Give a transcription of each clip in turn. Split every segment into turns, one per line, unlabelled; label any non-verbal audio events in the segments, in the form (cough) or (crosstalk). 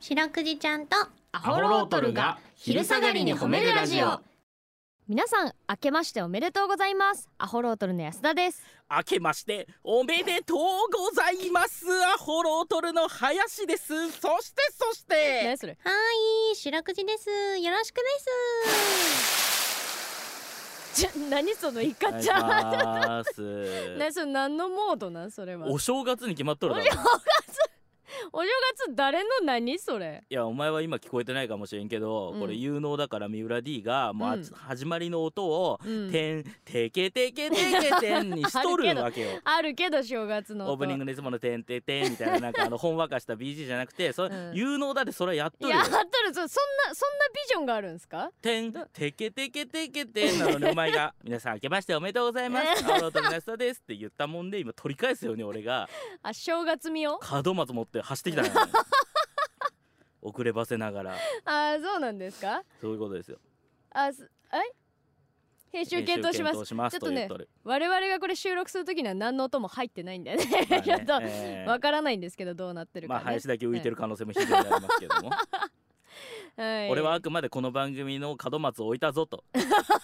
白くじちゃんと
ア
ホロートルが昼下がりに褒めるラジオ
皆さん明けましておめでとうございますアホロートルの安田です
明けましておめでとうございますアホロートルの林ですそしてそして
それ
はーい白くじですよろしくです
じゃ何そのイ
お
カ
願い
ち
し
ゃん
ます
何それ何のモードなんそれは
お正月に決まっとるだろ
お正月誰の何それ
いやお前は今聞こえてないかもしれんけど、
うん
これ有能だから三浦 D がもうあつ、
うん
始まりの音を「
うん
てんてけてけてけてん」にしとるわけよ。
(laughs) あるけど正月の音
オープニングのいつもの「てんてんてん」みたいななんかあのほんわかした BG じゃなくてそれ、
うん
有能だってそれはやっとるよ
やっと。るそそんなそんなビジョンがあるんですか
てんてけてけてけてんなのにお前
(laughs)
が「皆さん明けましておめでとうございます」「アロートの安田です」って言ったもんで今取り返すように俺が
あ正月味を
門松持って走ってきたのよ
(laughs)
遅ればせながら
あーそうなんですか
そういうことですよ。
あすえ編 (laughs) 集検討します
編集検討します
ちょっ
と
と
言
ね
っとる。
我々がこれ収録するときには何の音も入ってないんだよね (laughs) (laughs) ちょっと
まあねえー
わからないんですけどどうなってる
まあ
かね
林だけ浮いてる可能性も非常にありますけど
(laughs)
も
はい
俺はあくまでこの番組の門松を置いたぞ
(laughs)
と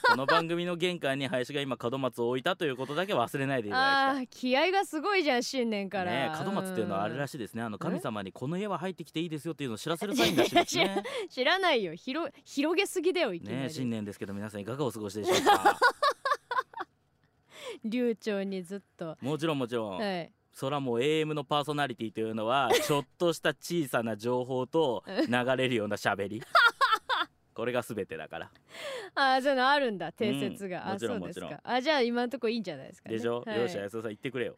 この番組の玄関に林が今門松を置いたということだけ忘れないでいただき
あ
たい
ー気合がすごいじゃん新年から
ねえ、門松っていうのはあれら
し
しいですねあの神
え
様にこの家は入ってきていいですよっていうのを知らせるサインらしいですね
い (laughs) 知らないよ広広げすぎだよいきなり、
ねえ新年ですけど皆さんいかがお過ごしでしょう
(laughs)
か
流暢にずっと
もちろんもちろん、
はい
そらもう AM のパーソナリティというのはちょっとした小さな情報と流れるような喋
(laughs)
りこれが全てだから
あーそういうのあるんだ定説
う
が、
んも
あ
ちろ
そ
ん
うです
もちろ
かあじゃあ今のとこいいんじゃないですか、ね、
でしょ、
はい
よっしゃ安田さん言ってくれよ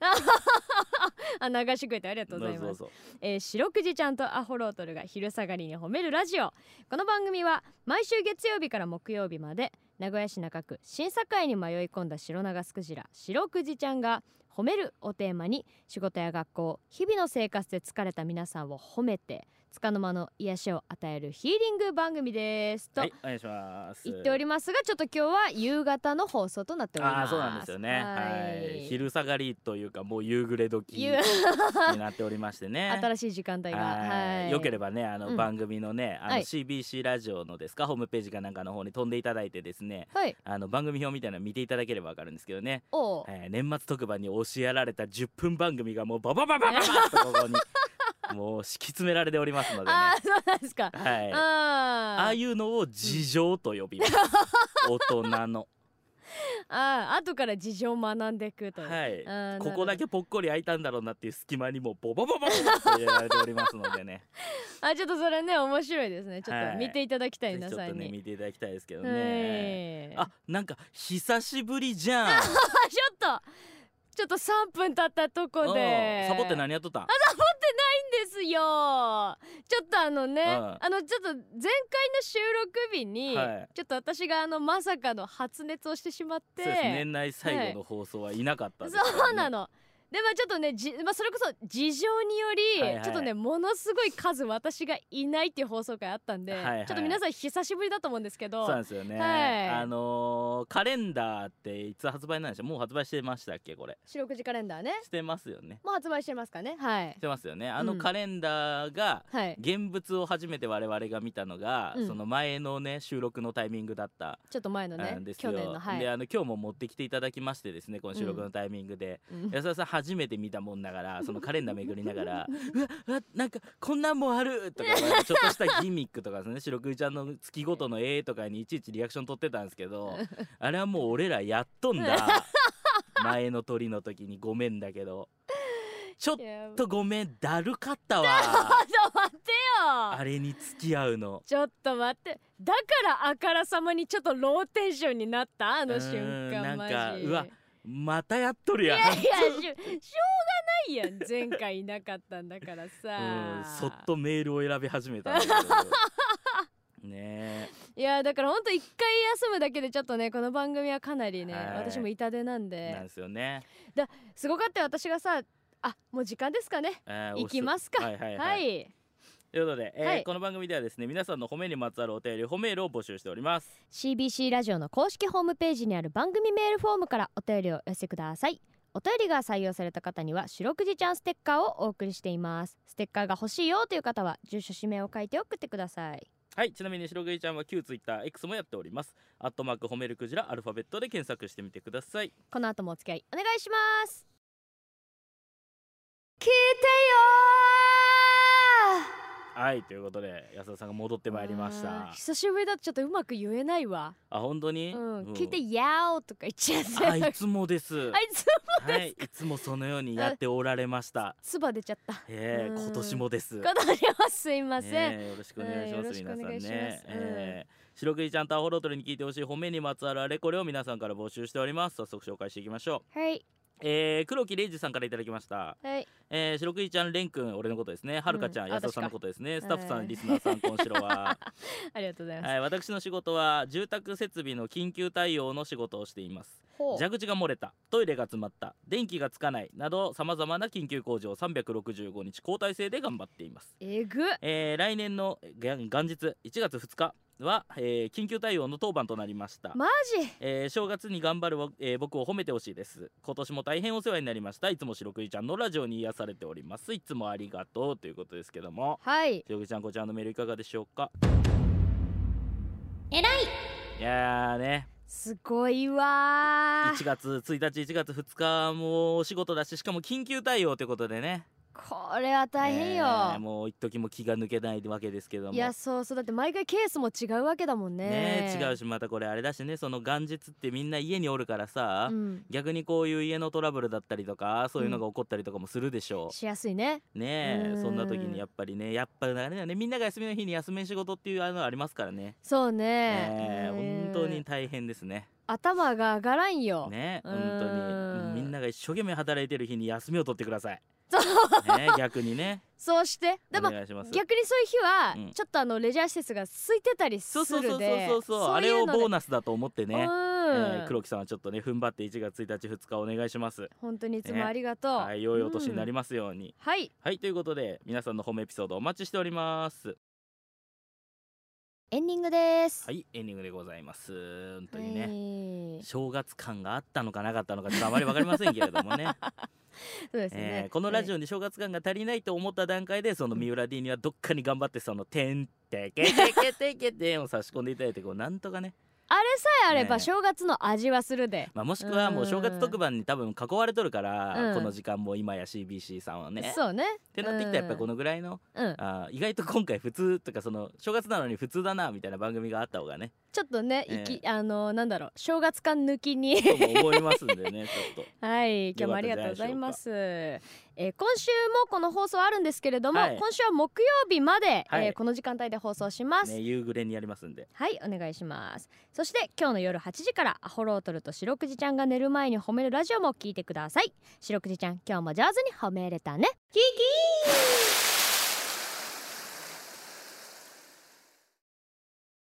あ流してくれてありがとうございます
どうぞどうぞ
えー、白くじちゃんとアホロートルが昼下がりに褒めるラジオこの番組は毎週月曜日から木曜日まで名古屋市中区審査会に迷い込んだ白長スクジラ白くじちゃんが褒めるおテーマに仕事や学校日々の生活で疲れた皆さんを褒めて束の間の癒しを与えるヒーリング番組ですと
はいお願いします
言っておりますがちょっと今日は夕方の放送となっており
あ
ま
あ
す
そうなんですよねはい、昼下がりというかもう夕暮れ時に
夕 (laughs)
なっておりましてね
新しい時間帯が
はいよけれ
ば
ばねあの
うん
番組のね、あ
は
の
い
CBC ラジオのですかホームページかなんかの方に飛んでいただいてですね
はい
あの番組表みたいなの見ていただければわかるんですけどね、
おう
えー年末特番に押しやられた10分番組がもうババババババッとここにもう敷き詰められておりますのでね
ああそうなんですか
はいあ
あ
あ
あ
いうのを事情と呼びます大人の
ああ後から事情を学んでいくという、
はい
あー
ここだ
なる
けぽっこり開いたんだろうなっていう隙間にもうボボボボボって入れられておりますのでね
ほどあちょっとそれね面白いですねちょっ
は
と
い
見ていただきたい、
ぜひ
皆
ちょ
さ
っと
ん
ね
に、
見ていただきたいですけど
は
ね
い
あなんか久しぶりじゃん
あちょっとちょっと3分経ったとこで
うんサボって何やっとったん
いいんですよちょっとあのね、
うん
あのちょっと前回の収録日に、
はい
ちょっと私があのまさかの発熱をしてしまって
そうです年内最後の放送はいなかったですからね
そうなの。でまあちょっとねじ、まあ、それこそ事情により、
はいはい
ちょっとねものすごい数私がいないっていう放送回あったんで、
はいはい
ちょっと皆さん久しぶりだと思うんですけど
そうなんですよね、
はい
あのーカレンダーっていつ発売なんでしょうもう発売してましたっけこれ
四六時カレンダーね
してますよね
もう発売してますかねはい
してますよねあ
う
の
ん
カレンダーが
はい
現物を初めて我々が見たのが、
うん
その前のね収録のタイミングだった
ちょっと前のね
んです
去
よ、
年のはい
であの今日も持ってきていただきましてですねこの収録のタイミングで、 (laughs)
うん
安田さん初めて見たもんだ (laughs) からそのカレンダー巡りなが (laughs) ら「うわうわなんかこんなんもある!」とかちょっとしたギミックとかですね白くじちゃんの月ごとの「えー」とかにいちいちリアクション取ってたんですけどあれはもう俺らやっとん (laughs) だ前の鳥の時にごめんだけどちょっ
いやちょ
とごめんだるかったわ
っと待って
あ
よ
れに付き合うの。
ちょっと待ってだからあからさまにちょっとローテンションになったあの瞬
うー
間
んな
マ
ん
ジ
かうわまたやっとるやん
いやいやしょしょうがないやん前回いなかったんだから
うん
さ
そっとメールを選び始めたんだけ (laughs) どね
いやだからほんと一回休むだけでちょっとねこの番組はかなりね、
はい
私も痛手なん
えなん
で
ですよね、
すごかったよ私がさあもう時間ですかね
えー
行きますか
おしはいは
はいい、
はいということで、えー
はい
この番組ではですね皆さんの褒めにまつわるお便り褒めールを募集しております
CBC ラジオの公式ホームページにある番組メールフォームからお便りを寄せてくださいお便りが採用された方には白くじちゃんステッカーをお送りしていますステッカーが欲しいよという方は住所氏名を書いて送ってください
はいちなみに白食いちゃんは旧ツイッター X もやっておりますアットマーク褒めるクジラアルファベットで検索してみてください
この後もお付き合いお願いします
聞いて
はいということで安田さんが戻ってまいりまし
あー
た
久しぶりだとちょっとうまく言えないわ
あ本当
う
に、
ん、聞いてやおとか言っちゃ
あ
う (laughs) あ
い
い
つもです
つ
はいいつもそのようにやっておられました
つば出ちゃった
え
う
ー、
ん
今年もです
今年はすいません、
ねえよろしくお願いします、皆さん
うんよろしくお願
ね
いしますうん
えー白くじちゃんとアホロトルに聞いてほしい褒めにまつわるあれこれを皆さんから募集しております早速紹介していきましょう
はい
えー、黒木玲二さんからいただきました
はい
えー、白くじちゃん蓮くん俺のことですねはるかちゃん、
うん
安田さんのことですね
私
ス
か
タッフさ
うん
んリスナーさんこんしろ
(laughs)
は、
ありがとうございます、
はい、私の仕事は住宅設備の緊急対応の仕事をしています
ほう
蛇口が漏れたトイレが詰まった電気がつかないなどさまざまな緊急工事を365日交代制で頑張っています
えぐ
えー来年のえー元日1月2日は、えー緊急対応の当番となりました、
マジ
えー正月に頑張るわ、えー僕を褒めてほしいです今年も大変お世話になりましたいつも白くじちゃんのラジオに癒されておりますいつもありがとうということですけども
はい
白くじちゃんこちらのメールいかがでしょうか
えらい
いやーね
すごいわ
1月1日1月2日もお仕事だししかも緊急対応ということでね
これは大変よ、
えーもう一時も気が抜けないわけですけども
いやそうそうだって毎回ケースも違うわけだもんね
ねえ違うしまたこれあれだしねその元日ってみんな家におるからさ、
うん、
逆にこういう家のトラブルだったりとかそういうのが起こったりとかもするでしょ
しやすいね
う、ねえ
うん
そんな時にやっぱりねやっぱりあれだよねみんなが休みの日に休み仕事っていうあのありますからね
そうね
ねえ
うん
本当に大変ですね
頭が上がらんよ、
ねえ
うん
本当にみんなが一生懸命働いてる日に休みを取ってください
(laughs) そう
ねえ逆にね
そうしてで
お
も
願いします
逆にそういう日は、
うん
ちょっとあのレジャー施設が空いてたりす
そう
る
そうそうそう
で
そうそうあれをボー
ナ
ナスだと思ってね、え
うん
ー黒木さんはちょっとね踏ん張って1月1日2日お願いします
本当にいつもありがとう、
はい良いお年になり
ま
ますように、
す、はい
はいということで皆さんのホームエピソードお待ちしております
エンディングです、
はいエンディングでございます本当
はい
にね、正月感があったのかなかったのかちょっとあまりわかりませんけれどもね
そう (laughs) ですね、
えーこのラジ
オ
オに正月感が足りないと思った段階でその三浦 D にはどっかに頑張ってその「てんてけてけてけて」を差し込んでいただいてこうなんとかね、
あれさえあれば
ね
正月の味はするで、
まあ、もしくはもう正月特番に多分囲われとるから、
うん
この時間も今や CBC さんはね。
そうね
ってなってきたらやっぱりこのぐらいの
うん
あー意外と今回普通とかその正月なのに普通だなみたいな番組があった方が
(laughs)
ね
ちょっとね、
ええ
いきあのなんだろう正月感抜
(laughs)
きに
とも思いますんでねちょっと
はい今日もありがとうございます、えー今週もこの放送あるんですけれども、
はい
今週は木曜日まで、
はい
えーこの時間帯で放送します、
ね夕暮れにやりますんで
はいお願いしますそして今日の夜8時からアホロートルと白くじちゃんが寝る前に褒めるラジオも聞いてください白くじちゃん今日も上手に褒めれたねキキー